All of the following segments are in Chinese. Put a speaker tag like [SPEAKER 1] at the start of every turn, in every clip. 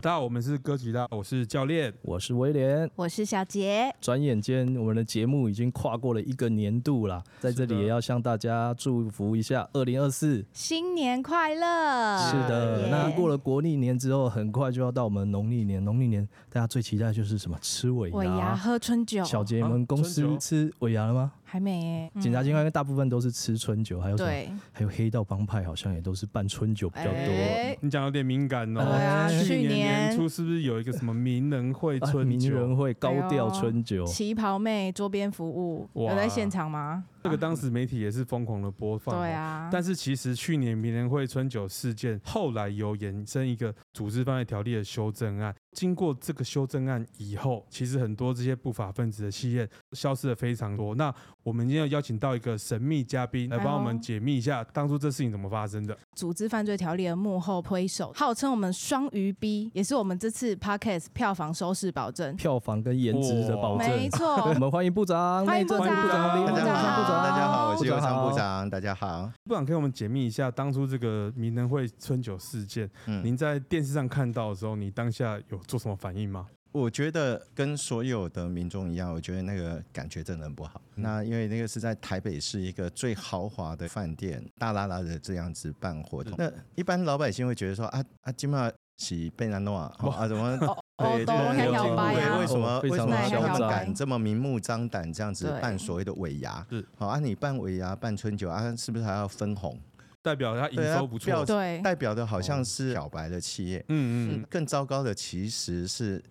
[SPEAKER 1] 大家好，我们是哥吉拉，我是教练。
[SPEAKER 2] 我是威廉。
[SPEAKER 3] 我是小杰，
[SPEAKER 2] 转眼间，我们的节目已经跨过了一个年度啦，在这里也要向大家祝福一下，二零二四。
[SPEAKER 3] 新年快乐！
[SPEAKER 2] 是的，
[SPEAKER 3] 耶
[SPEAKER 2] 那过了国历年之后，很快就要到我们农历年。农历年大家最期待就是什么？吃尾
[SPEAKER 3] 尾牙喝春酒，
[SPEAKER 2] 小杰，你们公司
[SPEAKER 1] 啊春酒
[SPEAKER 2] 吃尾牙了吗？
[SPEAKER 3] 还没耶、嗯
[SPEAKER 2] 警察机关大部分都是吃春酒，还有什么？
[SPEAKER 3] 对，
[SPEAKER 2] 还有黑道帮派好像也都是办春酒比较多。
[SPEAKER 3] 哎
[SPEAKER 1] 你讲有点敏感哦。
[SPEAKER 2] 对啊
[SPEAKER 1] 去
[SPEAKER 3] 去
[SPEAKER 1] 年
[SPEAKER 3] 年
[SPEAKER 1] 年初是不是有一个什么名人会
[SPEAKER 2] 啊
[SPEAKER 1] 春
[SPEAKER 2] 名
[SPEAKER 1] 酒？
[SPEAKER 2] 人会高调
[SPEAKER 3] 哎呦
[SPEAKER 2] 春酒，
[SPEAKER 3] 旗袍妹桌边服务
[SPEAKER 1] 哇
[SPEAKER 3] 有在现场吗？
[SPEAKER 1] 这个当时媒体也是疯狂的播放、哦
[SPEAKER 3] 对。啊，
[SPEAKER 2] 哦
[SPEAKER 1] 但是其实去年名人会春酒事件后来有衍生一个组织犯罪条例的修正案，经过这个修正案以后，其实很多这些不法分子的气焰消失的非常多。那我们今天要邀请到一个神秘嘉宾来帮我们解密一下当初这事情怎么发生的。
[SPEAKER 3] 组织犯罪条例的幕后推手，号称我们双鱼 B，也是我们这次 podcast 票房收视保证。
[SPEAKER 2] 票房跟颜值的保证
[SPEAKER 3] 没。错
[SPEAKER 2] 我，们欢迎部长，
[SPEAKER 3] 欢迎部
[SPEAKER 2] 内政部
[SPEAKER 1] 长
[SPEAKER 2] 长，
[SPEAKER 3] 大家
[SPEAKER 4] 大家
[SPEAKER 3] 好
[SPEAKER 4] 好，大家好，我是
[SPEAKER 2] 部
[SPEAKER 4] 右昌
[SPEAKER 2] 好
[SPEAKER 4] 部。长，大家好。
[SPEAKER 1] 部长，给我们解密一下当初这个名人会春酒事件。您
[SPEAKER 4] 嗯，
[SPEAKER 1] 在电视上看到的时候，你当下有做什么反应吗？
[SPEAKER 4] 我觉得跟所有的民众一样，我觉得那个感觉真的很不好。那因为那个是在台北市一个最豪华的饭店，大拉拉的这样子办活动，那一般老百姓会觉得说啊啊，今嘛是被人弄啊，哦 啊怎么？
[SPEAKER 3] 哦
[SPEAKER 4] 对，
[SPEAKER 3] 都
[SPEAKER 4] 这个
[SPEAKER 3] 很摇摆啊
[SPEAKER 4] 对为什么
[SPEAKER 2] 哦非
[SPEAKER 4] 为
[SPEAKER 2] 常
[SPEAKER 4] 什么
[SPEAKER 3] 的
[SPEAKER 4] 他
[SPEAKER 3] 嚣张
[SPEAKER 4] 们敢这么明目张胆这样子
[SPEAKER 3] 对
[SPEAKER 4] 办所谓的尾牙
[SPEAKER 1] 是？
[SPEAKER 4] 好啊，你办尾牙办春酒啊，是不是还要分红？
[SPEAKER 1] 代表他营
[SPEAKER 4] 对啊
[SPEAKER 1] 收不错，
[SPEAKER 4] 票
[SPEAKER 3] 对，
[SPEAKER 4] 代表的好像是小白的企业，
[SPEAKER 1] 嗯
[SPEAKER 4] 嗯
[SPEAKER 1] 嗯，，
[SPEAKER 4] 更糟糕的其实是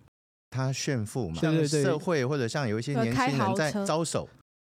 [SPEAKER 4] 他炫富嘛，
[SPEAKER 2] 对对
[SPEAKER 4] 像
[SPEAKER 2] 对
[SPEAKER 4] 社会或者像有一些年轻人在招手。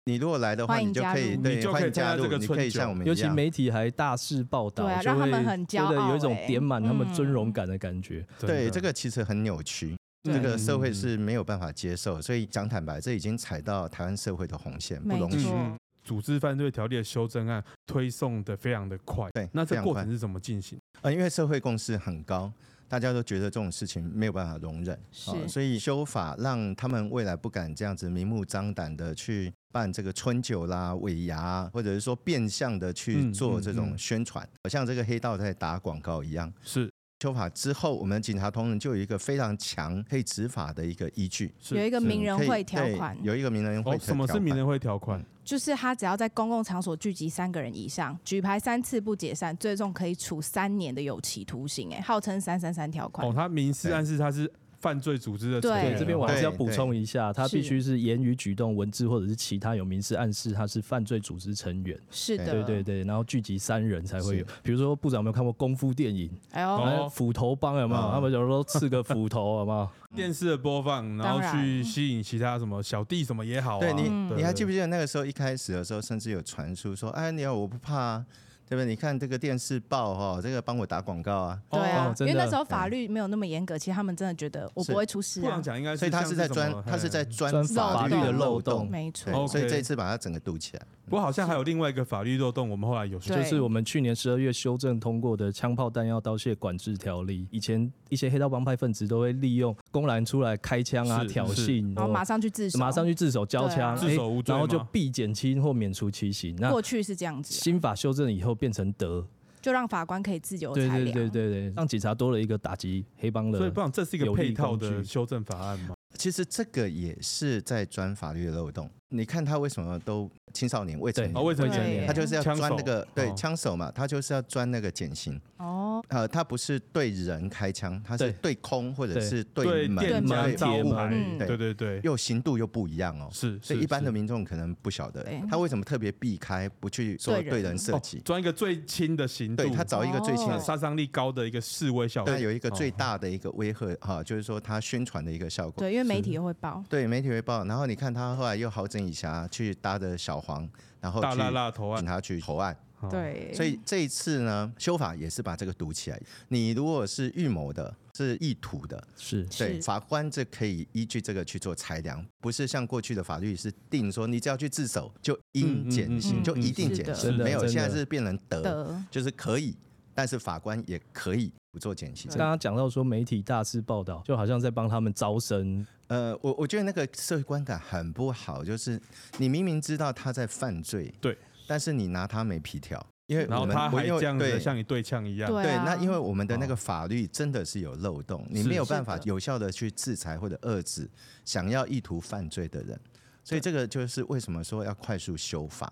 [SPEAKER 4] 你如果来的话，
[SPEAKER 3] 欢迎
[SPEAKER 4] 你就可以
[SPEAKER 3] 加入
[SPEAKER 1] 你
[SPEAKER 4] 对
[SPEAKER 1] 就可以
[SPEAKER 4] 欢迎加
[SPEAKER 1] 参加这
[SPEAKER 4] 入，
[SPEAKER 1] 个
[SPEAKER 4] 你可
[SPEAKER 1] 春
[SPEAKER 4] 以
[SPEAKER 1] 酒
[SPEAKER 4] 像我们一
[SPEAKER 2] 尤其
[SPEAKER 4] 样。
[SPEAKER 2] 媒体还大肆报道，
[SPEAKER 3] 对啊
[SPEAKER 2] 就
[SPEAKER 3] 让
[SPEAKER 2] 会
[SPEAKER 3] 他们很骄傲
[SPEAKER 2] 觉得有一种
[SPEAKER 3] 欸
[SPEAKER 2] 点满他们
[SPEAKER 3] 嗯
[SPEAKER 2] 尊荣感的感觉。
[SPEAKER 1] 真的嗯
[SPEAKER 4] 对这个其实很扭曲，
[SPEAKER 3] 对
[SPEAKER 4] 这个哦社会是没有办法接受。所以讲坦白，这已经踩到台湾社会的红线，不
[SPEAKER 3] 没
[SPEAKER 4] 容
[SPEAKER 3] 错
[SPEAKER 4] 许。
[SPEAKER 1] 嗯组织犯罪条例的修正案推送的非常的快，
[SPEAKER 4] 对
[SPEAKER 1] 那这
[SPEAKER 4] 非常
[SPEAKER 1] 过
[SPEAKER 4] 快
[SPEAKER 1] 程是怎么进行？
[SPEAKER 4] 呃，因为社会共识很高，大家都觉得这种事情没有办法容忍，
[SPEAKER 3] 是
[SPEAKER 4] 啊所以修法让他们未来不敢这样子明目张胆的去办这个春酒啦、尾牙啊，或者是说变相的去
[SPEAKER 1] 嗯
[SPEAKER 4] 做
[SPEAKER 1] 嗯
[SPEAKER 4] 这种
[SPEAKER 1] 嗯
[SPEAKER 4] 宣传，好像这个黑道在打广告一样。
[SPEAKER 1] 是
[SPEAKER 4] 修法之后，我们警察同仁就有一个非常强可以执法的一个依据，
[SPEAKER 1] 是
[SPEAKER 3] 有一个
[SPEAKER 4] 嗯
[SPEAKER 3] 名人
[SPEAKER 4] 可以
[SPEAKER 3] 会条
[SPEAKER 4] 对
[SPEAKER 3] 款，
[SPEAKER 4] 有一个名人
[SPEAKER 1] 哦，
[SPEAKER 4] 会的条
[SPEAKER 1] 什
[SPEAKER 4] 款、
[SPEAKER 1] 么是名人会条款？
[SPEAKER 3] 就是他只要在公共场所聚集三个人以上，举牌三次不解散，最重可以处三年的有期徒刑、哎，号称三三三条款。
[SPEAKER 1] 哦，他明示
[SPEAKER 4] 对
[SPEAKER 1] 暗示他是犯罪组织的成
[SPEAKER 3] 对
[SPEAKER 1] 员
[SPEAKER 2] 对，这边我还是要补充一下，他
[SPEAKER 3] 是
[SPEAKER 2] 必须是言语、举动、文字或者是其他有明示暗示他是犯罪组织成员。
[SPEAKER 3] 是的，
[SPEAKER 2] 对对对，然后聚集三人才会有
[SPEAKER 4] 是。
[SPEAKER 2] 比如说部长有没有看过功夫电影？
[SPEAKER 3] 哎呦，
[SPEAKER 1] 哦
[SPEAKER 2] 哦，斧头帮有没有？
[SPEAKER 4] 嗯
[SPEAKER 2] 他们有时候刺个斧头有没有？
[SPEAKER 1] 电视的播放，然后
[SPEAKER 3] 当然
[SPEAKER 1] 去吸引其他什么小弟什么也好啊，
[SPEAKER 4] 对你，
[SPEAKER 3] 嗯
[SPEAKER 4] 你还记不记得那个时候一开始的时候，甚至有传出说，哎，你好，我不怕、啊，对不对？你看这个电视报哈、这个帮我打广告啊，
[SPEAKER 3] 对啊，
[SPEAKER 2] 哦
[SPEAKER 3] 因
[SPEAKER 2] 真的
[SPEAKER 3] 为那时候法律没有那么严格，其实他们真的觉得我不会出事
[SPEAKER 1] 部
[SPEAKER 3] 啊
[SPEAKER 1] 长，讲应该是
[SPEAKER 4] 所以他是在
[SPEAKER 1] 像什
[SPEAKER 4] 钻
[SPEAKER 1] 么，
[SPEAKER 4] 他是在
[SPEAKER 1] 嘿
[SPEAKER 4] 钻
[SPEAKER 3] 法
[SPEAKER 4] 法
[SPEAKER 3] 律
[SPEAKER 4] 律
[SPEAKER 3] 的
[SPEAKER 4] 的
[SPEAKER 2] 漏
[SPEAKER 4] 漏
[SPEAKER 2] 洞
[SPEAKER 4] 洞，
[SPEAKER 3] 没
[SPEAKER 4] 对
[SPEAKER 3] 错，
[SPEAKER 2] 哦
[SPEAKER 1] OK
[SPEAKER 4] 所以这一次把它整个堵起来。
[SPEAKER 1] 不过好像还有另外一个法律漏洞，我们后来有说
[SPEAKER 3] 对
[SPEAKER 2] 就是我们去年十二月修正通过的《枪炮弹药刀械管制条例》，以前一些黑道帮派分子都会利用公然出来开枪啊、
[SPEAKER 1] 是
[SPEAKER 2] 挑衅，
[SPEAKER 3] 然后马上去自首，
[SPEAKER 2] 马上去自首交枪，
[SPEAKER 1] 对啊
[SPEAKER 2] 哎
[SPEAKER 1] 自首无罪
[SPEAKER 2] 然后就
[SPEAKER 1] 吗
[SPEAKER 2] 必减轻或免除其刑。那
[SPEAKER 3] 过去是这样子，
[SPEAKER 2] 新法修正以后变成德，
[SPEAKER 3] 就让法官可以自由
[SPEAKER 2] 对
[SPEAKER 3] 裁
[SPEAKER 2] 对
[SPEAKER 3] 量。
[SPEAKER 2] 对对对，让警察多了一个打击黑帮
[SPEAKER 1] 所以
[SPEAKER 2] 的
[SPEAKER 1] 部。长这是一个
[SPEAKER 2] 有利
[SPEAKER 1] 配套
[SPEAKER 2] 工
[SPEAKER 1] 的
[SPEAKER 2] 具
[SPEAKER 1] 修正法案嘛？
[SPEAKER 4] 其实这个也是在钻法律的漏洞。你看他为什么都青少年未成
[SPEAKER 2] 对
[SPEAKER 1] 啊，
[SPEAKER 4] 年，
[SPEAKER 1] 未成
[SPEAKER 3] 对
[SPEAKER 1] 年
[SPEAKER 3] 耶
[SPEAKER 4] 他就是要
[SPEAKER 1] 枪
[SPEAKER 4] 钻
[SPEAKER 1] 手
[SPEAKER 4] 那个对
[SPEAKER 1] 哦
[SPEAKER 4] 枪手嘛，他就是要钻那个减刑。
[SPEAKER 3] 哦，
[SPEAKER 4] 呃，他不是对人开枪，他是对空或者
[SPEAKER 2] 对
[SPEAKER 4] 是
[SPEAKER 1] 对
[SPEAKER 4] 对门
[SPEAKER 1] 店
[SPEAKER 2] 门
[SPEAKER 1] 家
[SPEAKER 2] 对
[SPEAKER 1] 招
[SPEAKER 2] 铁
[SPEAKER 1] 牌
[SPEAKER 3] 门，
[SPEAKER 1] 对对对，
[SPEAKER 4] 又刑度又不一样哦。
[SPEAKER 1] 是是
[SPEAKER 4] 所以一般的
[SPEAKER 1] 是
[SPEAKER 4] 民众可能不晓得
[SPEAKER 3] 对，
[SPEAKER 4] 他为什么特别避开不去说
[SPEAKER 3] 对人
[SPEAKER 4] 对人射击
[SPEAKER 1] 哦，装一个最轻的刑度，
[SPEAKER 4] 对他找一个最轻
[SPEAKER 3] 哦
[SPEAKER 4] 的
[SPEAKER 1] 杀伤力高的一个示威效果哦
[SPEAKER 4] 那。有一个最大的一个威吓哈、就是说他宣传的一个效果。
[SPEAKER 3] 对，因为媒体也会
[SPEAKER 2] 哦
[SPEAKER 3] 报，
[SPEAKER 4] 对媒体会报，然后你看他后来又好整以暇去搭着小黄，然后
[SPEAKER 1] 大
[SPEAKER 4] 去
[SPEAKER 1] 辣辣头案
[SPEAKER 4] 警，察局投案。
[SPEAKER 1] 哦，
[SPEAKER 3] 对，
[SPEAKER 4] 所以这一次呢，修法也是把这个堵起来。你如果是预谋的，是意图的，
[SPEAKER 2] 是
[SPEAKER 4] 对
[SPEAKER 3] 是
[SPEAKER 4] 法官这可以依据这个去做裁量，不是像过去的法律是定说你只要去自首就应减
[SPEAKER 3] 嗯
[SPEAKER 4] 刑，
[SPEAKER 3] 嗯嗯
[SPEAKER 4] 就一定减
[SPEAKER 3] 是
[SPEAKER 2] 的
[SPEAKER 4] 刑，没有，
[SPEAKER 2] 真的
[SPEAKER 4] 现在是变成得，
[SPEAKER 3] 的
[SPEAKER 4] 就是可以，但是法官也可以不做减刑。
[SPEAKER 2] 刚刚讲到说媒体大肆报道，就好像在帮他们招生，
[SPEAKER 4] 呃，我我觉得那个社会观感很不好，就是你明明知道他在犯罪，
[SPEAKER 1] 对，
[SPEAKER 4] 但是你拿他没皮条，因为
[SPEAKER 1] 然
[SPEAKER 4] 我
[SPEAKER 1] 后
[SPEAKER 4] 们
[SPEAKER 1] 他
[SPEAKER 4] 我
[SPEAKER 1] 还
[SPEAKER 4] 因为
[SPEAKER 1] 这样子
[SPEAKER 4] 对
[SPEAKER 1] 像你对呛一样，
[SPEAKER 3] 对
[SPEAKER 4] 对，
[SPEAKER 3] 啊
[SPEAKER 4] 那因为我们的那
[SPEAKER 1] 哦
[SPEAKER 4] 个法律真的是有漏洞，你
[SPEAKER 1] 是
[SPEAKER 4] 没有
[SPEAKER 3] 是
[SPEAKER 4] 办法
[SPEAKER 3] 的
[SPEAKER 4] 有效的去制裁或者遏制想要意图犯罪的人，所以这个就是为什么说要快速修法，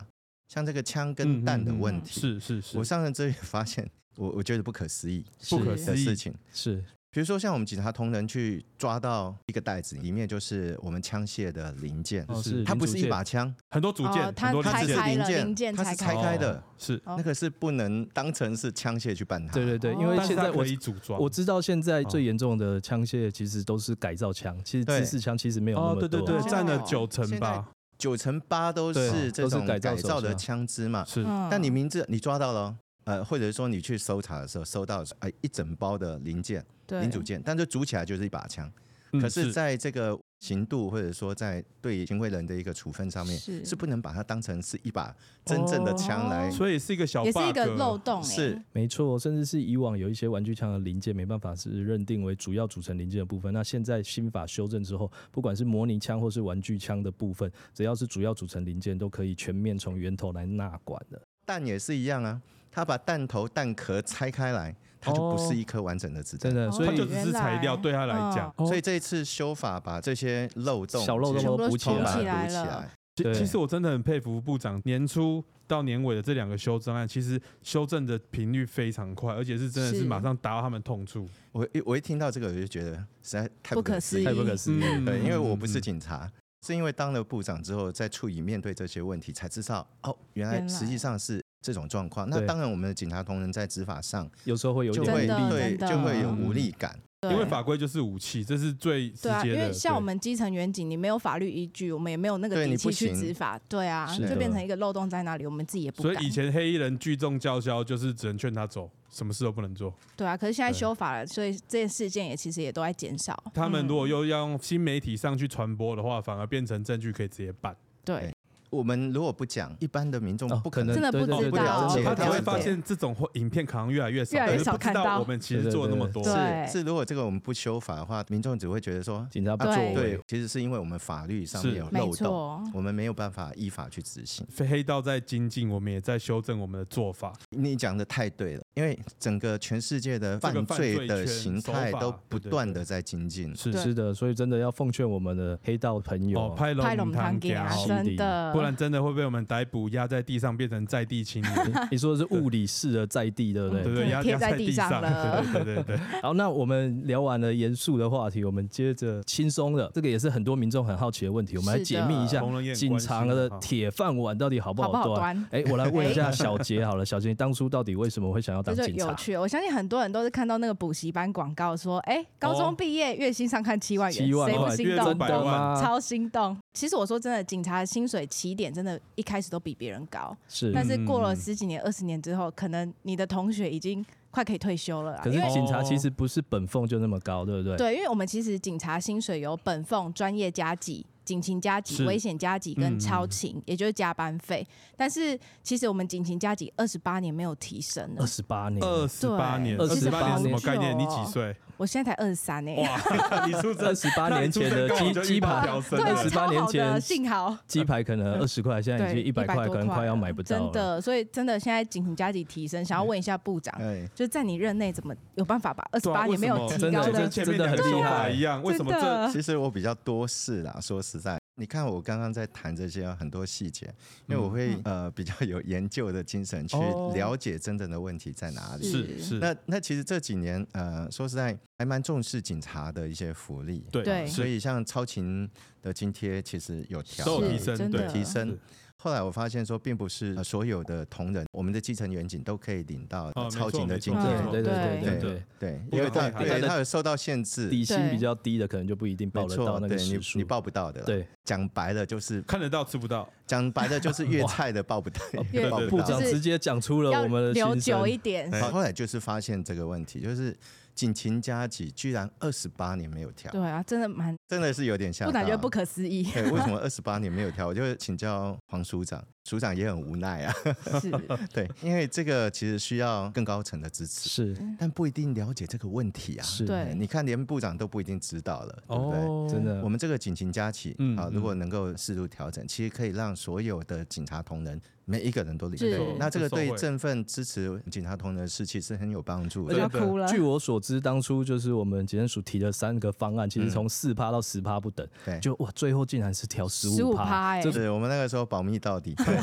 [SPEAKER 4] 像这个枪
[SPEAKER 1] 嗯
[SPEAKER 4] 跟弹的
[SPEAKER 1] 嗯嗯
[SPEAKER 4] 问
[SPEAKER 3] 嗯
[SPEAKER 4] 题，
[SPEAKER 1] 是是是
[SPEAKER 4] 我，上任之后也发现，我我觉得不可思议
[SPEAKER 1] 不可
[SPEAKER 3] 是
[SPEAKER 1] 思
[SPEAKER 4] 的
[SPEAKER 1] 议
[SPEAKER 4] 事，情。
[SPEAKER 2] 是
[SPEAKER 4] 比如说，像我们警察同仁去抓到一个袋子，里面就是我们枪械的零件，
[SPEAKER 2] 哦是
[SPEAKER 4] 它不
[SPEAKER 2] 零
[SPEAKER 4] 是
[SPEAKER 2] 组
[SPEAKER 4] 一
[SPEAKER 2] 件
[SPEAKER 4] 把枪，
[SPEAKER 1] 很多组
[SPEAKER 3] 哦
[SPEAKER 1] 件，
[SPEAKER 3] 他
[SPEAKER 1] 很多零
[SPEAKER 4] 它
[SPEAKER 3] 拆
[SPEAKER 4] 只
[SPEAKER 1] 件
[SPEAKER 4] 是
[SPEAKER 3] 开了
[SPEAKER 4] 零
[SPEAKER 3] 零件
[SPEAKER 4] 它
[SPEAKER 3] 拆
[SPEAKER 4] 是
[SPEAKER 3] 开
[SPEAKER 4] 拆开的
[SPEAKER 1] 哦，是，
[SPEAKER 3] 哦
[SPEAKER 4] 那个是不能当成是枪械去办它。
[SPEAKER 2] 对对对，因为
[SPEAKER 1] 但是
[SPEAKER 2] 现
[SPEAKER 1] 它
[SPEAKER 2] 在我
[SPEAKER 1] 可以组装，
[SPEAKER 2] 我知道现在
[SPEAKER 1] 哦
[SPEAKER 2] 最严重的枪械其实都是改造枪，其实
[SPEAKER 4] 对
[SPEAKER 2] 自制枪其实没有那
[SPEAKER 1] 哦，
[SPEAKER 2] 么
[SPEAKER 1] 对
[SPEAKER 2] 多。啊
[SPEAKER 1] 对对，
[SPEAKER 3] 哦
[SPEAKER 1] 占了
[SPEAKER 4] 现在
[SPEAKER 1] 九成吧，
[SPEAKER 4] 九成八都
[SPEAKER 2] 对
[SPEAKER 4] 是这
[SPEAKER 2] 都是
[SPEAKER 4] 种
[SPEAKER 2] 改造
[SPEAKER 4] 改
[SPEAKER 2] 手
[SPEAKER 4] 造的
[SPEAKER 2] 枪
[SPEAKER 4] 枪支嘛。
[SPEAKER 1] 是
[SPEAKER 3] 嗯
[SPEAKER 4] 但你明知你抓到了哦，呃，或者说你去搜查的时候搜到哎一整包的零件、
[SPEAKER 3] 对
[SPEAKER 4] 零组件，但是组起来就是一把枪。
[SPEAKER 1] 嗯
[SPEAKER 4] 可是在这个刑度或者说在对行为人的一个处分上面，
[SPEAKER 3] 是
[SPEAKER 4] 是不能把它当成是一
[SPEAKER 2] 哦
[SPEAKER 4] 把真正的枪来。
[SPEAKER 1] 所以是一个小
[SPEAKER 3] 也
[SPEAKER 1] bug，
[SPEAKER 3] 是一个漏洞、欸，
[SPEAKER 4] 是
[SPEAKER 2] 没错，甚至是以往有一些玩具枪的零件没办法是认定为主要组成零件的部分。那现在新法修正之后，不管是模拟枪或是玩具枪的部分，只要是主要组成零件，都可以全面从源头来纳管的。
[SPEAKER 4] 弹也是一样啊，他把弹头、弹壳拆开来，它就不
[SPEAKER 1] 哦
[SPEAKER 4] 是一颗完整的子
[SPEAKER 2] 真
[SPEAKER 4] 弹。
[SPEAKER 2] 的，
[SPEAKER 3] 哦
[SPEAKER 2] 所
[SPEAKER 1] 它就
[SPEAKER 2] 以
[SPEAKER 1] 只是材料，
[SPEAKER 3] 原来
[SPEAKER 1] 对他来讲，
[SPEAKER 4] 所
[SPEAKER 1] 以
[SPEAKER 4] 以这一次修法把这些漏洞、
[SPEAKER 2] 小漏洞
[SPEAKER 3] 嗯全部
[SPEAKER 2] 都
[SPEAKER 3] 都
[SPEAKER 2] 补起
[SPEAKER 4] 通
[SPEAKER 3] 缝
[SPEAKER 4] 把
[SPEAKER 3] 起
[SPEAKER 4] 它
[SPEAKER 2] 来。
[SPEAKER 4] 堵
[SPEAKER 3] 来
[SPEAKER 4] 起来
[SPEAKER 3] 了。。
[SPEAKER 1] 其
[SPEAKER 2] 对
[SPEAKER 1] 其实我真的很佩服部长，年初到年尾的这两个修正案，其实修正的频率非常快，而且是真的是
[SPEAKER 3] 是
[SPEAKER 1] 马上达到他们痛处，
[SPEAKER 4] 我一我一听到这个，我就觉得实在太
[SPEAKER 3] 不
[SPEAKER 4] 不
[SPEAKER 3] 可
[SPEAKER 4] 可
[SPEAKER 3] 思
[SPEAKER 4] 思
[SPEAKER 3] 议
[SPEAKER 4] 议。
[SPEAKER 2] 太不可思议了。
[SPEAKER 1] 嗯
[SPEAKER 4] 对，因为我不
[SPEAKER 1] 嗯
[SPEAKER 4] 是警察，是因为当了部长之后，在处理面对这些问题，才知道哦，原来
[SPEAKER 3] 原来
[SPEAKER 4] 实际上是这种状况。那
[SPEAKER 2] 对
[SPEAKER 4] 当然，我们的警察同仁在执法上
[SPEAKER 2] 有时候会有一
[SPEAKER 4] 就
[SPEAKER 2] 点
[SPEAKER 4] 会
[SPEAKER 3] 真的
[SPEAKER 2] 无力
[SPEAKER 4] 对
[SPEAKER 3] 真的
[SPEAKER 4] 就会有
[SPEAKER 1] 嗯
[SPEAKER 4] 无力感。
[SPEAKER 1] 因为法规就是武器，这是最直
[SPEAKER 3] 对啊，
[SPEAKER 1] 接
[SPEAKER 3] 因
[SPEAKER 1] 的。
[SPEAKER 3] 为像我
[SPEAKER 1] 对
[SPEAKER 3] 们基层员警，你没有法律依据，我们也没有那个
[SPEAKER 4] 对
[SPEAKER 3] 底
[SPEAKER 4] 你
[SPEAKER 3] 气
[SPEAKER 4] 不
[SPEAKER 3] 去
[SPEAKER 4] 行
[SPEAKER 3] 执法，对啊，
[SPEAKER 4] 是
[SPEAKER 3] 就
[SPEAKER 2] 的
[SPEAKER 3] 变成一个漏洞在那里，我们自己也不
[SPEAKER 1] 所
[SPEAKER 3] 敢。
[SPEAKER 1] 以以前黑衣人聚众叫嚣，就是只能劝他走，什么事都不能做。
[SPEAKER 3] 对啊，可是现在
[SPEAKER 1] 对
[SPEAKER 3] 修法了，所以这些事件也其实也都在减少。
[SPEAKER 1] 他们
[SPEAKER 3] 嗯
[SPEAKER 1] 如果又要用新媒体上去传播的话，反而变成证据可以直接办。
[SPEAKER 3] 对
[SPEAKER 4] 我们如果不讲，一般的民众
[SPEAKER 2] 哦
[SPEAKER 4] 不
[SPEAKER 2] 可
[SPEAKER 4] 可
[SPEAKER 2] 能
[SPEAKER 3] 真
[SPEAKER 4] 能
[SPEAKER 3] 的不
[SPEAKER 2] 对对
[SPEAKER 3] 知
[SPEAKER 2] 对
[SPEAKER 3] 道
[SPEAKER 4] 不了解
[SPEAKER 1] 他
[SPEAKER 4] 了解
[SPEAKER 1] 才会发现这种影片可能越来越少，
[SPEAKER 3] 越来越
[SPEAKER 1] 可是不知
[SPEAKER 3] 少看
[SPEAKER 1] 道
[SPEAKER 3] 到
[SPEAKER 1] 我们其实做了那么多。
[SPEAKER 3] 对啊对
[SPEAKER 4] 是是，如果这个我们不修法的话，民众只会觉得说，
[SPEAKER 2] 警察不
[SPEAKER 3] 对
[SPEAKER 2] 作为
[SPEAKER 4] 对，，其实是因为我们法律上面
[SPEAKER 1] 是
[SPEAKER 4] 有
[SPEAKER 3] 没
[SPEAKER 4] 漏洞，
[SPEAKER 3] 错，
[SPEAKER 4] 我们没有办法依法去执行。
[SPEAKER 1] 黑道在精进，我们也在修正我们的做法。
[SPEAKER 4] 你讲的太对了，因为整个全世界的
[SPEAKER 1] 这个
[SPEAKER 4] 犯
[SPEAKER 1] 犯罪
[SPEAKER 4] 罪的
[SPEAKER 1] 圈
[SPEAKER 4] 形
[SPEAKER 1] 手
[SPEAKER 4] 态
[SPEAKER 1] 法
[SPEAKER 4] 都
[SPEAKER 1] 对
[SPEAKER 4] 不
[SPEAKER 1] 对
[SPEAKER 4] 断
[SPEAKER 1] 对
[SPEAKER 4] 的在精进。
[SPEAKER 1] 是
[SPEAKER 3] 对
[SPEAKER 2] 是的，所以真的要奉劝我们的黑道朋友
[SPEAKER 1] 哦，
[SPEAKER 2] 啊，
[SPEAKER 1] 拍龙
[SPEAKER 3] 拍龙
[SPEAKER 1] 堂
[SPEAKER 3] 堂给啊，
[SPEAKER 2] 哦
[SPEAKER 3] 真的，
[SPEAKER 1] 不然真的会被我们逮捕，压在地上变成在地青年，
[SPEAKER 2] 你说的是物理式的在地， 对不嗯
[SPEAKER 1] 对
[SPEAKER 2] 对？
[SPEAKER 1] 不
[SPEAKER 3] 对
[SPEAKER 1] 对？压
[SPEAKER 3] 贴
[SPEAKER 1] 压
[SPEAKER 3] 在
[SPEAKER 1] 在
[SPEAKER 3] 地
[SPEAKER 1] 地
[SPEAKER 3] 上
[SPEAKER 1] 上，
[SPEAKER 3] 了
[SPEAKER 1] 对对对对对，
[SPEAKER 2] 好，那我们聊完了严肃的话题，我们接着轻松的，这个也是很多民众很好奇的问题，我们来
[SPEAKER 3] 是的
[SPEAKER 2] 解密一下
[SPEAKER 1] 同仁也很
[SPEAKER 2] 警
[SPEAKER 1] 关心
[SPEAKER 2] 察的
[SPEAKER 1] 啊
[SPEAKER 2] 铁饭碗到底好不
[SPEAKER 3] 好不好
[SPEAKER 2] 端。
[SPEAKER 3] 端？
[SPEAKER 2] 哎，我来问一 下小杰好了，小杰，你当初到底为什么会想要
[SPEAKER 3] 这
[SPEAKER 2] 当
[SPEAKER 3] 就
[SPEAKER 2] 警
[SPEAKER 3] 有
[SPEAKER 2] 察？
[SPEAKER 3] 趣了，我相信很多人都是看到那个补习班广告说，哎，高
[SPEAKER 1] 哦
[SPEAKER 3] 中毕业月薪上看七万元，
[SPEAKER 2] 七万
[SPEAKER 3] 谁不
[SPEAKER 2] 块，
[SPEAKER 3] 心
[SPEAKER 1] 月入
[SPEAKER 3] 动？
[SPEAKER 1] 百
[SPEAKER 2] 真的吗
[SPEAKER 3] 超心动。其实我说真的，警察的薪水起点真的一开始都比别人高，
[SPEAKER 2] 是，
[SPEAKER 3] 但是过了
[SPEAKER 1] 嗯
[SPEAKER 3] 十几年、二十年之后，可能你的同学已经快可以退休了啦。
[SPEAKER 2] 可
[SPEAKER 3] 因
[SPEAKER 2] 是
[SPEAKER 3] 为
[SPEAKER 2] 警察其实不是本俸就那么高，对不对？
[SPEAKER 3] 对，因为我们其实警察薪水有本俸、专业加给、警勤加
[SPEAKER 1] 是
[SPEAKER 3] 给、危险加给
[SPEAKER 1] 嗯
[SPEAKER 3] 跟超勤，也就是加班费。但是其实我们警勤加给二十八年没有提升
[SPEAKER 2] 二
[SPEAKER 3] 了，
[SPEAKER 2] 十八年，
[SPEAKER 1] 二十八年，
[SPEAKER 2] 对
[SPEAKER 1] 二十八年是什么概念？你
[SPEAKER 3] 其
[SPEAKER 1] 几
[SPEAKER 3] 实好
[SPEAKER 1] 岁？
[SPEAKER 3] 我现在才二十三欸呢。
[SPEAKER 1] 哇， 你出
[SPEAKER 2] 二
[SPEAKER 1] 生
[SPEAKER 2] 十八年前的
[SPEAKER 1] 那你出生跟我就
[SPEAKER 2] 鸡
[SPEAKER 1] 一
[SPEAKER 2] 鸡
[SPEAKER 1] 般
[SPEAKER 2] 排，
[SPEAKER 1] 调升
[SPEAKER 3] 对
[SPEAKER 1] 了
[SPEAKER 3] 啊，
[SPEAKER 2] 二十八
[SPEAKER 3] 超
[SPEAKER 2] 年
[SPEAKER 3] 好
[SPEAKER 2] 前
[SPEAKER 3] 的，幸好。
[SPEAKER 2] 鸡排可能二十块，现在已
[SPEAKER 3] 嗯对，
[SPEAKER 2] 经一百块，
[SPEAKER 3] 多
[SPEAKER 2] 可能快要
[SPEAKER 3] 了
[SPEAKER 2] 买不到
[SPEAKER 3] 真
[SPEAKER 2] 了。
[SPEAKER 3] 的，所以真的现在警勤加给提升，想要问一下部长，
[SPEAKER 4] 哎，
[SPEAKER 3] 就是在你任内怎么有办法把二十
[SPEAKER 1] 对啊
[SPEAKER 3] 八
[SPEAKER 1] 为
[SPEAKER 3] 年
[SPEAKER 1] 什
[SPEAKER 3] 没
[SPEAKER 1] 么
[SPEAKER 3] 有提
[SPEAKER 2] 真的
[SPEAKER 3] 高
[SPEAKER 1] 跟
[SPEAKER 2] 真
[SPEAKER 3] 的
[SPEAKER 2] 的
[SPEAKER 1] 前面两个
[SPEAKER 3] 真的
[SPEAKER 1] 修法一样，为什么这
[SPEAKER 3] 真的
[SPEAKER 4] 其实我比较多事啦，说实在，你看我刚刚在谈这些很多细节，因为我会、呃比较有研究的精神去
[SPEAKER 1] 嗯哦
[SPEAKER 4] 了解真正的问题在哪里。
[SPEAKER 1] 是是
[SPEAKER 4] 那那其实这几年呃说实在还蛮重视警察的一些福利，
[SPEAKER 1] 对
[SPEAKER 3] 对
[SPEAKER 1] 是
[SPEAKER 4] 所以像超勤的津贴其实有调
[SPEAKER 1] 都有
[SPEAKER 4] 了
[SPEAKER 1] 提升
[SPEAKER 3] 真
[SPEAKER 1] 对
[SPEAKER 3] 的
[SPEAKER 4] 提升
[SPEAKER 1] 是。
[SPEAKER 4] 后来我发现说，并不是呃所有的同仁，我们的基层员警都可以领到
[SPEAKER 1] 哦没错
[SPEAKER 4] 超勤的津
[SPEAKER 3] 没错
[SPEAKER 4] 贴，
[SPEAKER 2] 对对对
[SPEAKER 4] 对
[SPEAKER 2] 对对。
[SPEAKER 4] 对，
[SPEAKER 1] 不
[SPEAKER 4] 因为
[SPEAKER 1] 然
[SPEAKER 4] 他
[SPEAKER 1] 太
[SPEAKER 4] 对
[SPEAKER 1] 太
[SPEAKER 4] 他有受到限制，
[SPEAKER 2] 底薪
[SPEAKER 3] 对
[SPEAKER 2] 比较低的，可能就不一定报
[SPEAKER 4] 没
[SPEAKER 2] 得
[SPEAKER 4] 错
[SPEAKER 2] 到，那个
[SPEAKER 4] 对你
[SPEAKER 2] 时数。
[SPEAKER 4] 你报不到的啦。
[SPEAKER 2] 对，
[SPEAKER 4] 讲白了就是
[SPEAKER 1] 看得到吃不到，
[SPEAKER 4] 讲白了就是越菜的报不到，
[SPEAKER 1] 对
[SPEAKER 4] 报
[SPEAKER 1] 对
[SPEAKER 4] 不
[SPEAKER 2] 哦部长。
[SPEAKER 4] 到
[SPEAKER 2] 直接讲出了
[SPEAKER 3] 要
[SPEAKER 2] 我们的
[SPEAKER 3] 留
[SPEAKER 2] 心
[SPEAKER 3] 久一
[SPEAKER 2] 声。
[SPEAKER 3] 点。
[SPEAKER 4] 好后来就是发现这个问题，就是警勤加急居然二十八年没有调，
[SPEAKER 3] 对啊，真的蛮
[SPEAKER 4] 真的是有点吓
[SPEAKER 3] 不
[SPEAKER 4] 到。
[SPEAKER 3] 感觉得不可思议。
[SPEAKER 4] 对，为什么二十八年没有调？我就请教黄署长，署长也很无奈啊，
[SPEAKER 3] 是，
[SPEAKER 4] 对，因为这个其实需要更高层的支持，
[SPEAKER 2] 是
[SPEAKER 4] 但不一定了解这个问题啊。
[SPEAKER 2] 是，
[SPEAKER 3] 对
[SPEAKER 4] 你看连部长都不一定知道了，对不对？
[SPEAKER 2] 哦真的
[SPEAKER 4] 我们这个警情加起
[SPEAKER 1] 哦嗯
[SPEAKER 4] 啊，
[SPEAKER 1] 嗯
[SPEAKER 4] 如果能够适度调整，其实可以让所有的警察同仁每一个人都领
[SPEAKER 3] 是
[SPEAKER 4] 队。那这个
[SPEAKER 1] 这受
[SPEAKER 4] 对
[SPEAKER 1] 惠
[SPEAKER 4] 振奋支持警察同仁的士气是很有帮助
[SPEAKER 3] 我
[SPEAKER 4] 的。
[SPEAKER 3] 要
[SPEAKER 1] 真的
[SPEAKER 3] 哭了。
[SPEAKER 2] 据我所知，当初就是我们检察署提了三个方案，其实从四趴到十趴不等，
[SPEAKER 4] 对
[SPEAKER 2] 就哇，最后竟然是调十五
[SPEAKER 3] 15% 哎
[SPEAKER 2] 这
[SPEAKER 4] 是我们那个时候保密到底，对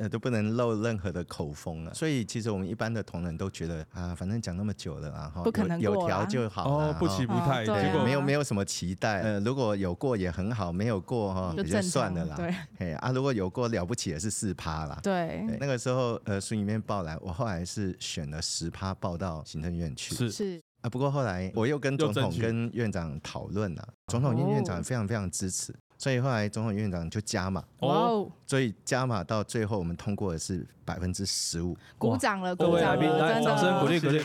[SPEAKER 4] 呃都不能漏任何的口风了。啊所以其实我们一般的同仁都觉得啊，反正讲那么久了啊，哈
[SPEAKER 3] 不可能
[SPEAKER 4] 有有
[SPEAKER 3] 过啦
[SPEAKER 4] 调就好啦
[SPEAKER 1] 哦，不
[SPEAKER 4] 哈
[SPEAKER 1] 期不
[SPEAKER 3] 哦
[SPEAKER 1] 待，
[SPEAKER 3] 对
[SPEAKER 1] 结
[SPEAKER 3] 啊
[SPEAKER 1] 果
[SPEAKER 4] 没有没有什么期待，呃，如果有过也很好，没有过哈
[SPEAKER 3] 就
[SPEAKER 4] 哦也就
[SPEAKER 3] 正
[SPEAKER 4] 算
[SPEAKER 3] 常
[SPEAKER 4] 了啦。
[SPEAKER 3] 对
[SPEAKER 4] 嘿啊，如果有过了不起也是四趴啦。
[SPEAKER 3] 对，
[SPEAKER 4] 对那个时候，呃，书里面报来，我后来是选了十趴报到行政院去。
[SPEAKER 1] 是
[SPEAKER 3] 是
[SPEAKER 4] 啊，不过后来我又跟
[SPEAKER 1] 又
[SPEAKER 4] 总
[SPEAKER 1] 争
[SPEAKER 4] 统
[SPEAKER 1] 取
[SPEAKER 4] 跟院长讨论了、总统跟
[SPEAKER 3] 哦
[SPEAKER 4] 院长非常非常支持，所以后来总统院长就加码，
[SPEAKER 3] 哇
[SPEAKER 1] 哦，
[SPEAKER 3] 哦，
[SPEAKER 4] 所以加码到最后我们通过的是百分之十五。
[SPEAKER 3] 鼓掌了，
[SPEAKER 2] 各
[SPEAKER 3] 鼓
[SPEAKER 2] 位来
[SPEAKER 3] 掌
[SPEAKER 2] 宾，
[SPEAKER 3] 了，
[SPEAKER 2] 来
[SPEAKER 3] 真
[SPEAKER 2] 掌声鼓
[SPEAKER 3] 的。
[SPEAKER 2] 励鼓励，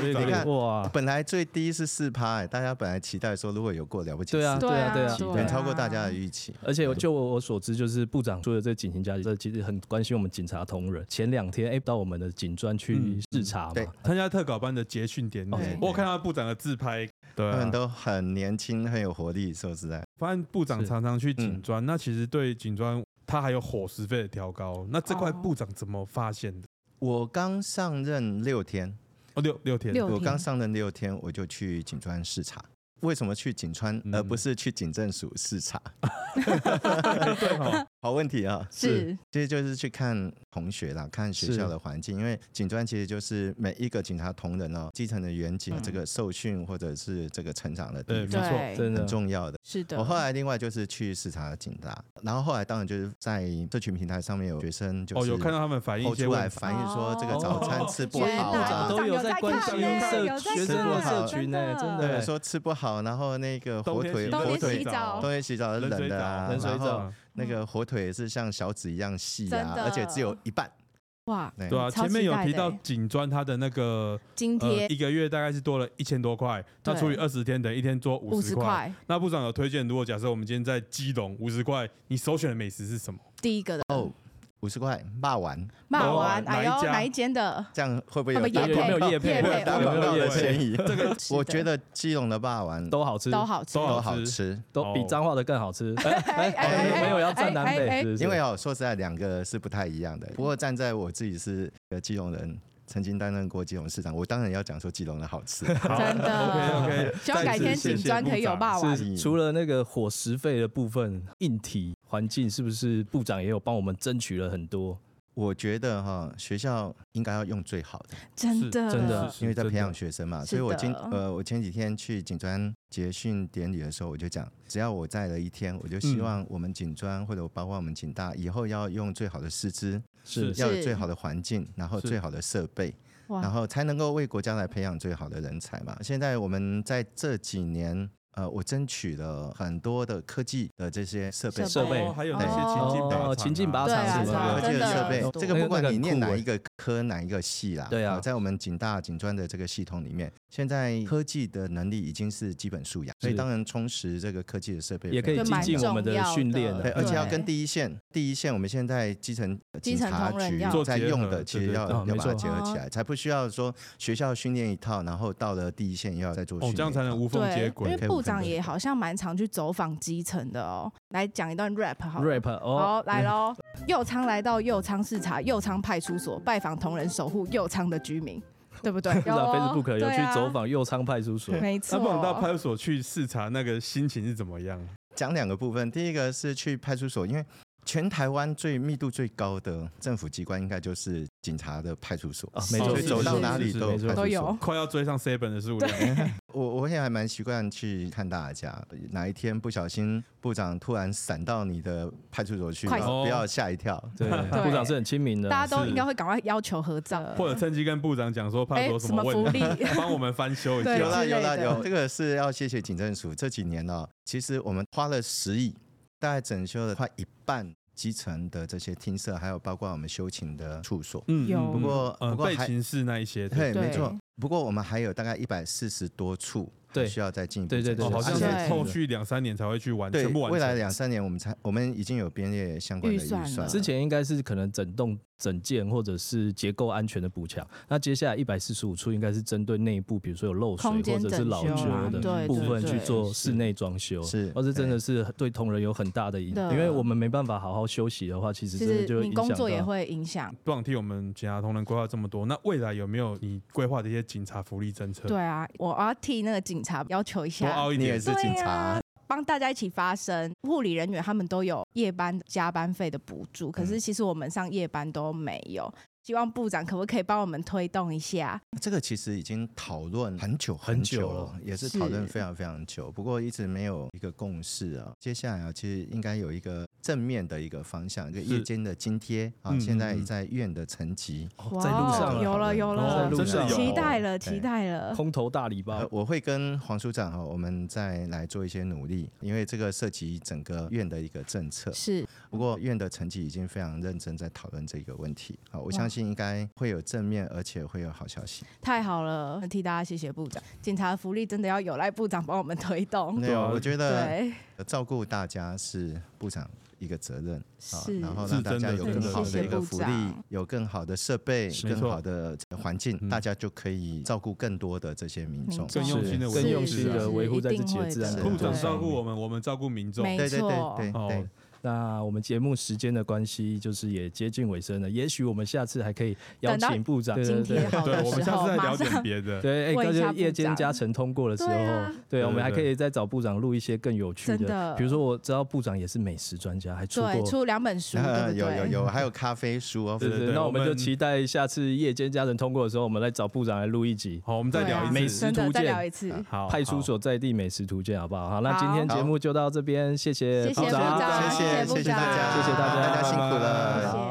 [SPEAKER 1] 鼓励
[SPEAKER 2] 鼓
[SPEAKER 1] 鼓
[SPEAKER 2] 励
[SPEAKER 1] 励
[SPEAKER 2] 哇，
[SPEAKER 4] 本来最低是四趴、哎大家本来期待说如果有过了不起
[SPEAKER 2] 对啊
[SPEAKER 4] 四趴，
[SPEAKER 2] 对啊对啊
[SPEAKER 3] 对啊
[SPEAKER 4] 远超过大家的预期。
[SPEAKER 2] 而且就我我所知，就是部长说的这警情加急，这其实很关心我们警察同仁。前两天哎，到我们的警专去
[SPEAKER 1] 嗯
[SPEAKER 2] 视察嘛
[SPEAKER 4] 对，
[SPEAKER 1] 参加特稿班的结训典礼
[SPEAKER 3] 对，
[SPEAKER 1] 我有看到部长的自拍，对
[SPEAKER 4] 他
[SPEAKER 1] 啊
[SPEAKER 4] 们，都很年轻，很有活力。说实在，
[SPEAKER 1] 发现部长
[SPEAKER 2] 是
[SPEAKER 1] 常常去警专，那其实对警专他还有伙食费的调高，那这块
[SPEAKER 3] 哦
[SPEAKER 1] 部长怎么发现的？
[SPEAKER 4] 我刚上任六天，
[SPEAKER 1] 哦，六六天，
[SPEAKER 3] 六
[SPEAKER 4] 我刚
[SPEAKER 3] 天
[SPEAKER 4] 上任六天，我就去景川视察。为什么去景川，而不
[SPEAKER 1] 嗯
[SPEAKER 4] 是去警政署视察？
[SPEAKER 1] 对哦，
[SPEAKER 4] 好问题啊！
[SPEAKER 3] 是
[SPEAKER 4] 其实就是去看同学啦，看学校
[SPEAKER 2] 是
[SPEAKER 4] 的环境，因为警专其实就是每一个警察同仁哦，基层的员警
[SPEAKER 3] 嗯
[SPEAKER 4] 这个受训或者是这个成长的地
[SPEAKER 1] 对
[SPEAKER 4] 方
[SPEAKER 1] 没错
[SPEAKER 3] 对，
[SPEAKER 2] 真的
[SPEAKER 4] 很重要的。
[SPEAKER 3] 是的。
[SPEAKER 4] 我后来另外就是去视察警察，然后后来当然就是在社群平台上面有学生就
[SPEAKER 1] 哦，
[SPEAKER 4] 是
[SPEAKER 1] 有看到他们反映一
[SPEAKER 4] 抛
[SPEAKER 1] 些
[SPEAKER 4] 出来
[SPEAKER 1] 问题，
[SPEAKER 4] 反映说这
[SPEAKER 3] 哦
[SPEAKER 4] 个早餐吃不
[SPEAKER 3] 原
[SPEAKER 4] 好
[SPEAKER 3] 来，
[SPEAKER 4] 啊
[SPEAKER 2] 都有在关
[SPEAKER 3] 看
[SPEAKER 1] 心
[SPEAKER 3] 呢
[SPEAKER 1] 社
[SPEAKER 3] 有在
[SPEAKER 4] 学生的
[SPEAKER 3] 看
[SPEAKER 4] 社
[SPEAKER 2] 群呢真的
[SPEAKER 4] 对，说吃不好，然后那个火腿
[SPEAKER 3] 冬
[SPEAKER 4] 火
[SPEAKER 3] 天
[SPEAKER 4] 腿
[SPEAKER 3] 洗。澡嗯
[SPEAKER 4] 冬天洗澡是
[SPEAKER 1] 冷
[SPEAKER 4] 冷
[SPEAKER 1] 水
[SPEAKER 4] 的
[SPEAKER 1] 澡，
[SPEAKER 4] 啊，
[SPEAKER 2] 冷水
[SPEAKER 4] 然
[SPEAKER 2] 澡
[SPEAKER 4] 后那个火腿是像小指一样细啊
[SPEAKER 3] 真，的
[SPEAKER 4] 而且只有一半。
[SPEAKER 3] 哇，
[SPEAKER 4] 对
[SPEAKER 1] 对啊，
[SPEAKER 3] 超
[SPEAKER 1] 前面
[SPEAKER 3] 期
[SPEAKER 1] 有
[SPEAKER 3] 待
[SPEAKER 1] 提
[SPEAKER 3] 的
[SPEAKER 1] 到
[SPEAKER 3] 欸
[SPEAKER 1] 警专它的那个
[SPEAKER 3] 津
[SPEAKER 1] 呃
[SPEAKER 3] 贴
[SPEAKER 1] 一个月大概是多了一千多块，那
[SPEAKER 3] 对
[SPEAKER 1] 除以二十天等于一天做
[SPEAKER 3] 五
[SPEAKER 1] 五
[SPEAKER 3] 十
[SPEAKER 1] 十块。
[SPEAKER 3] 块，
[SPEAKER 1] 那部长有推荐，如果假设我们今天在基隆五十块，你首选的美食是什 么？
[SPEAKER 3] 第一个的
[SPEAKER 4] 哦，五十块骂完，
[SPEAKER 3] 骂
[SPEAKER 1] 哦
[SPEAKER 3] 完，
[SPEAKER 1] 哪
[SPEAKER 3] 哎
[SPEAKER 1] 一
[SPEAKER 3] 呦，
[SPEAKER 1] 家
[SPEAKER 3] 哪一间的？
[SPEAKER 4] 这样会不会
[SPEAKER 3] 会不
[SPEAKER 4] 有
[SPEAKER 3] 会
[SPEAKER 4] 打
[SPEAKER 3] 业
[SPEAKER 2] 有没有
[SPEAKER 4] 广告？
[SPEAKER 2] 业配？
[SPEAKER 3] 业
[SPEAKER 4] 会
[SPEAKER 3] 配
[SPEAKER 4] 有打
[SPEAKER 1] 我
[SPEAKER 4] 广
[SPEAKER 1] 们
[SPEAKER 4] 告
[SPEAKER 1] 有
[SPEAKER 4] 的
[SPEAKER 1] 业配
[SPEAKER 4] 嫌疑？
[SPEAKER 1] 这个
[SPEAKER 3] 是
[SPEAKER 4] 我
[SPEAKER 3] 的
[SPEAKER 4] 觉得基隆的骂完
[SPEAKER 2] 都好吃，
[SPEAKER 3] 都好吃，
[SPEAKER 1] 都
[SPEAKER 4] 都
[SPEAKER 1] 好
[SPEAKER 4] 好
[SPEAKER 1] 吃
[SPEAKER 4] 吃，
[SPEAKER 2] 都比
[SPEAKER 1] 哦
[SPEAKER 2] 彰化的更好 吃。哎哎
[SPEAKER 3] 哎
[SPEAKER 4] 哎
[SPEAKER 2] 哎，没有要
[SPEAKER 3] 哎
[SPEAKER 2] 站南
[SPEAKER 3] 哎哎
[SPEAKER 2] 北，是不是
[SPEAKER 4] 因为哦，说实在，两个是不太一样的。不过站在我自己是个基隆人，曾经担任过基隆市长，我当然要讲说基隆的好 吃。
[SPEAKER 3] 真的
[SPEAKER 1] OK OK，
[SPEAKER 3] 希望改天警专可以有霸王。
[SPEAKER 2] 啊是除了那个伙食费的部分，硬体环境是不是部长也有帮我们争取了很多？
[SPEAKER 4] 我觉得哈、学校应该要用最好的，
[SPEAKER 3] 真的
[SPEAKER 2] 真的
[SPEAKER 1] 是
[SPEAKER 4] 因为在
[SPEAKER 1] 真的
[SPEAKER 4] 培养学生嘛。
[SPEAKER 3] 嗯是
[SPEAKER 4] 所以我今
[SPEAKER 3] 的
[SPEAKER 4] 呃，我前几天去警专结训典礼的时候，我就讲，只要我在了一天，我就希
[SPEAKER 1] 嗯
[SPEAKER 4] 望我们警专或者包括我们警大以后要用最好的师资，
[SPEAKER 2] 是
[SPEAKER 4] 要有
[SPEAKER 3] 是
[SPEAKER 4] 最好的环境，然后
[SPEAKER 1] 是
[SPEAKER 4] 最好的设备。然
[SPEAKER 3] 哇，
[SPEAKER 4] 后才能够为国家来培养最好的人才嘛。现在我们在这几年，呃，我争取了很多的科技的这些设备，
[SPEAKER 3] 设备
[SPEAKER 1] 哦还有那些情境靶场，
[SPEAKER 2] 哦情境靶
[SPEAKER 3] 对啊
[SPEAKER 2] 场什
[SPEAKER 3] 是
[SPEAKER 2] 么
[SPEAKER 3] 啊
[SPEAKER 4] 科技
[SPEAKER 3] 真
[SPEAKER 4] 的
[SPEAKER 3] 的
[SPEAKER 4] 设备
[SPEAKER 3] 有，
[SPEAKER 4] 这个
[SPEAKER 2] 那个
[SPEAKER 4] 不管
[SPEAKER 2] 那个
[SPEAKER 4] 你念
[SPEAKER 2] 很
[SPEAKER 4] 哪
[SPEAKER 2] 酷欸
[SPEAKER 4] 一个科哪一个系啦，
[SPEAKER 2] 对啊
[SPEAKER 4] 呃在我们警大警专的这个系统里面，现在科技的能力已经是基本素养，所以
[SPEAKER 2] 是
[SPEAKER 4] 当然充实这个科技的设备
[SPEAKER 2] 也可以
[SPEAKER 4] 非
[SPEAKER 3] 就
[SPEAKER 4] 常
[SPEAKER 2] 精进
[SPEAKER 3] 蛮
[SPEAKER 4] 重
[SPEAKER 2] 我
[SPEAKER 4] 要
[SPEAKER 2] 们的训练啊
[SPEAKER 4] 对，而且要
[SPEAKER 3] 对
[SPEAKER 4] 跟第一线，第一线我们现在基层呃
[SPEAKER 3] 基
[SPEAKER 4] 警
[SPEAKER 3] 层
[SPEAKER 4] 察
[SPEAKER 3] 同仁
[SPEAKER 4] 局
[SPEAKER 3] 要
[SPEAKER 1] 做
[SPEAKER 4] 在
[SPEAKER 1] 结
[SPEAKER 4] 用
[SPEAKER 1] 合
[SPEAKER 4] 的，
[SPEAKER 1] 对
[SPEAKER 4] 其实
[SPEAKER 1] 对
[SPEAKER 4] 要
[SPEAKER 2] 对哦没
[SPEAKER 4] 要把它
[SPEAKER 2] 错
[SPEAKER 4] 结合起
[SPEAKER 3] 哦
[SPEAKER 4] 来，才不需要说学校训练一套，然后到了第一线又要再做训
[SPEAKER 1] 哦，
[SPEAKER 4] 练一
[SPEAKER 1] 这
[SPEAKER 4] 套，
[SPEAKER 1] 样才能无缝接
[SPEAKER 3] 哦对，因
[SPEAKER 1] 轨
[SPEAKER 3] 为。
[SPEAKER 4] 可以
[SPEAKER 3] 部
[SPEAKER 4] 无缝
[SPEAKER 3] 长
[SPEAKER 4] 接
[SPEAKER 3] 也
[SPEAKER 4] 轨
[SPEAKER 3] 好像蛮常去走访基层的哦。来讲一段 rap 好了
[SPEAKER 2] rap 哦
[SPEAKER 3] 好，，来 喽！右仓来到右仓视察右仓派出所，拜访同仁，守护右仓的居民，对不对？
[SPEAKER 2] 部长 Facebook 有
[SPEAKER 3] 对
[SPEAKER 2] 去
[SPEAKER 3] 啊
[SPEAKER 2] 走，访右仓派出所，
[SPEAKER 3] 没
[SPEAKER 1] 那
[SPEAKER 3] 错。
[SPEAKER 1] 不能到派出所去视察，那个心情是怎么 样？
[SPEAKER 4] 讲两个部分，第一个是去派出所，因为全台湾最密度最高的政府机关应该就是警察的派出所
[SPEAKER 1] 哦
[SPEAKER 2] 啊没
[SPEAKER 3] 错
[SPEAKER 4] 所以走到
[SPEAKER 3] 是
[SPEAKER 4] 哪里
[SPEAKER 2] 是
[SPEAKER 4] 都
[SPEAKER 2] 没错
[SPEAKER 4] 派出所
[SPEAKER 3] 都有
[SPEAKER 1] 快要追上 seven 的数量，
[SPEAKER 4] 我我也还蛮习惯去看大家，哪一天不小心部长突然闪到你的派出所去，
[SPEAKER 3] 快
[SPEAKER 4] 不要吓一跳。
[SPEAKER 2] 对，部长是很亲民的，
[SPEAKER 3] 大家都
[SPEAKER 1] 是
[SPEAKER 3] 应该会赶快要求合照，
[SPEAKER 1] 或者趁机跟部长讲说派
[SPEAKER 3] 哎
[SPEAKER 1] 出所
[SPEAKER 3] 什
[SPEAKER 1] 什么
[SPEAKER 3] 么
[SPEAKER 1] 问
[SPEAKER 3] 福
[SPEAKER 1] 题，
[SPEAKER 3] 利？
[SPEAKER 1] 帮我们翻修一
[SPEAKER 3] 对
[SPEAKER 1] 下。嗯
[SPEAKER 4] 有啦
[SPEAKER 3] 之类
[SPEAKER 4] 有啦
[SPEAKER 3] 的
[SPEAKER 4] 有，这个是要谢谢警政署这几年呢、其实我们花了十亿，大概整修了快一半基层的这些厅舍，还有包括我们休勤的处所。
[SPEAKER 1] 嗯
[SPEAKER 3] 有
[SPEAKER 1] 嗯
[SPEAKER 4] 不过
[SPEAKER 1] 呃
[SPEAKER 4] 不过
[SPEAKER 1] 备
[SPEAKER 4] 还
[SPEAKER 1] 勤室那一些的，
[SPEAKER 4] 对，
[SPEAKER 3] 对
[SPEAKER 4] 没错。不过我们还有大概一百四十多处
[SPEAKER 2] 对
[SPEAKER 4] 还需要再进一步
[SPEAKER 2] 对对
[SPEAKER 4] 再
[SPEAKER 2] 对
[SPEAKER 1] 哦，
[SPEAKER 4] 修
[SPEAKER 1] 好像
[SPEAKER 4] 正
[SPEAKER 1] 是
[SPEAKER 3] 对
[SPEAKER 1] 后续两三年才会去完，
[SPEAKER 4] 对
[SPEAKER 1] 全部完成。
[SPEAKER 4] 未来两三年我们才我们已经有编列相关
[SPEAKER 3] 预
[SPEAKER 4] 的预
[SPEAKER 3] 算
[SPEAKER 4] 算
[SPEAKER 3] 了
[SPEAKER 4] 了，
[SPEAKER 2] 之前应该是可能整栋整件或者是结构安全的补强，那接下来一百四十五处应该是针对内部，比如说有漏水
[SPEAKER 3] 空间
[SPEAKER 2] 或
[SPEAKER 3] 整
[SPEAKER 2] 者是老
[SPEAKER 3] 修啊
[SPEAKER 2] 旧的
[SPEAKER 3] 对
[SPEAKER 2] 部
[SPEAKER 3] 对
[SPEAKER 2] 分去
[SPEAKER 3] 对
[SPEAKER 2] 做室内装修，
[SPEAKER 4] 是
[SPEAKER 2] 或者真
[SPEAKER 1] 哎
[SPEAKER 2] 的
[SPEAKER 4] 对
[SPEAKER 2] 是对同仁有很大的影响，
[SPEAKER 3] 对
[SPEAKER 2] 因为我们没办法好好休息的话，其实
[SPEAKER 3] 其
[SPEAKER 2] 真的就
[SPEAKER 3] 实
[SPEAKER 2] 会
[SPEAKER 3] 你
[SPEAKER 2] 影响
[SPEAKER 3] 工作也
[SPEAKER 2] 到
[SPEAKER 3] 会影响。
[SPEAKER 1] 布朗替我们警察同仁规划这么多，那未来有没有你规划的一些警察福利政策？
[SPEAKER 3] 对，啊，我要替那个警察要求一
[SPEAKER 1] 多
[SPEAKER 3] 下，
[SPEAKER 1] 凹一
[SPEAKER 4] 你也
[SPEAKER 1] 点。
[SPEAKER 4] 是警
[SPEAKER 3] 对
[SPEAKER 4] 察
[SPEAKER 3] 啊，帮大家一起发声。护理人员他们都有夜班加班费的补助，可是其实我们上夜班都没有。希望部长可不可以帮我们推动一下？
[SPEAKER 4] 这个其实已经讨论很久
[SPEAKER 2] 很久
[SPEAKER 4] 久
[SPEAKER 2] 了，
[SPEAKER 4] 也是讨论
[SPEAKER 3] 是
[SPEAKER 4] 非常非常久，不过一直没有一个共识啊。接下来啊，其实应该有一个正面的一个方向，一个
[SPEAKER 1] 是
[SPEAKER 4] 夜间的津贴啊，
[SPEAKER 1] 嗯
[SPEAKER 4] 现在
[SPEAKER 1] 嗯嗯
[SPEAKER 4] 在院的层级。
[SPEAKER 2] 哦在路上
[SPEAKER 3] 哇
[SPEAKER 2] 啊
[SPEAKER 3] 有了有了，
[SPEAKER 1] 在路上有
[SPEAKER 3] 期待了期
[SPEAKER 4] 对
[SPEAKER 3] 待了。
[SPEAKER 2] 空投大礼包
[SPEAKER 4] 呃，，我会跟黄署长哈，我们再来做一些努力，因为这个涉及整个院的一个政策。
[SPEAKER 3] 是
[SPEAKER 4] 不过院的成绩已经非常认真在讨论这个问题，好，我
[SPEAKER 3] 哇
[SPEAKER 4] 相信应该会有正面，而且会有好消息。
[SPEAKER 3] 太好了，替大家谢谢部长。警察福利真的要有赖部长帮我们推动。
[SPEAKER 4] 没有，啊我觉得
[SPEAKER 3] 对，
[SPEAKER 4] 照顾大家是部长一个责任。啊
[SPEAKER 3] 是，
[SPEAKER 4] 然后
[SPEAKER 1] 是
[SPEAKER 4] 让大
[SPEAKER 1] 真
[SPEAKER 4] 家
[SPEAKER 1] 的
[SPEAKER 4] 有
[SPEAKER 1] 真
[SPEAKER 4] 更
[SPEAKER 1] 的
[SPEAKER 4] 好
[SPEAKER 1] 谢
[SPEAKER 4] 的
[SPEAKER 1] 谢
[SPEAKER 4] 一个
[SPEAKER 3] 部
[SPEAKER 4] 福利
[SPEAKER 3] 长，
[SPEAKER 4] 有更好的设备，
[SPEAKER 1] 是没
[SPEAKER 4] 更
[SPEAKER 1] 错
[SPEAKER 4] 好的环境
[SPEAKER 1] 嗯，
[SPEAKER 4] 大家就可以照顾更多的这些民
[SPEAKER 3] 民
[SPEAKER 4] 众。
[SPEAKER 3] 众
[SPEAKER 2] 是
[SPEAKER 1] 更用心的维护
[SPEAKER 2] 更用心
[SPEAKER 1] 是啊
[SPEAKER 2] 的
[SPEAKER 1] 是
[SPEAKER 2] 维护
[SPEAKER 3] 一
[SPEAKER 2] 在自
[SPEAKER 3] 定
[SPEAKER 2] 己的
[SPEAKER 3] 会
[SPEAKER 2] 治安
[SPEAKER 3] 的
[SPEAKER 1] 部
[SPEAKER 2] 条件。
[SPEAKER 1] 长
[SPEAKER 3] 对
[SPEAKER 1] 照顾我们，我们照顾民众。
[SPEAKER 3] 没
[SPEAKER 4] 对对
[SPEAKER 3] 错
[SPEAKER 4] 对对
[SPEAKER 1] 哦
[SPEAKER 4] 对，
[SPEAKER 2] 那我们节目时间的关系，就是也接近尾声了。也许我们下次还可以邀
[SPEAKER 3] 等到
[SPEAKER 2] 请部长，对对
[SPEAKER 3] 今
[SPEAKER 2] 对
[SPEAKER 3] 天好
[SPEAKER 1] 对，
[SPEAKER 3] 的
[SPEAKER 1] 我们
[SPEAKER 3] 时
[SPEAKER 1] 下
[SPEAKER 3] 候
[SPEAKER 1] 次再
[SPEAKER 3] 马
[SPEAKER 1] 聊点
[SPEAKER 3] 上
[SPEAKER 1] 别的。
[SPEAKER 2] 对，哎，
[SPEAKER 3] 问一
[SPEAKER 2] 那
[SPEAKER 3] 下
[SPEAKER 2] 就
[SPEAKER 3] 部
[SPEAKER 2] 夜间
[SPEAKER 3] 长
[SPEAKER 2] 加成通过的时候，
[SPEAKER 3] 对啊
[SPEAKER 2] 对啊，我们还
[SPEAKER 1] 对
[SPEAKER 2] 可
[SPEAKER 1] 对
[SPEAKER 2] 以再找部长录一些更有趣
[SPEAKER 3] 真的
[SPEAKER 2] 比如说我知道部长也是美食专家，还出
[SPEAKER 3] 对
[SPEAKER 2] 过。
[SPEAKER 3] 出两本书，
[SPEAKER 4] 啊
[SPEAKER 3] 对不
[SPEAKER 4] 有有
[SPEAKER 3] 对？
[SPEAKER 4] 有，还有咖啡书哦，
[SPEAKER 2] 对
[SPEAKER 1] 对对
[SPEAKER 2] 那我们就
[SPEAKER 1] 我们
[SPEAKER 2] 期待下次夜间加成通过的时候，我们来找部长来录一集
[SPEAKER 1] 好，我们再
[SPEAKER 3] 对啊
[SPEAKER 1] 聊一次。
[SPEAKER 2] 美食
[SPEAKER 3] 真的
[SPEAKER 2] 图
[SPEAKER 3] 再聊
[SPEAKER 2] 鉴
[SPEAKER 3] 一次。
[SPEAKER 1] 好，
[SPEAKER 2] 派出
[SPEAKER 1] 好
[SPEAKER 2] 所在地美食图鉴，好不好？好，那
[SPEAKER 3] 好
[SPEAKER 2] 今天节目就到这边，谢谢
[SPEAKER 3] 谢谢
[SPEAKER 2] 部
[SPEAKER 3] 部
[SPEAKER 2] 长
[SPEAKER 3] 长，
[SPEAKER 4] 谢谢
[SPEAKER 3] 谢谢部
[SPEAKER 4] 谢谢大
[SPEAKER 3] 长
[SPEAKER 4] 家，
[SPEAKER 2] 谢谢大家
[SPEAKER 4] 大家辛苦
[SPEAKER 1] 拜拜
[SPEAKER 4] 了。
[SPEAKER 3] 谢谢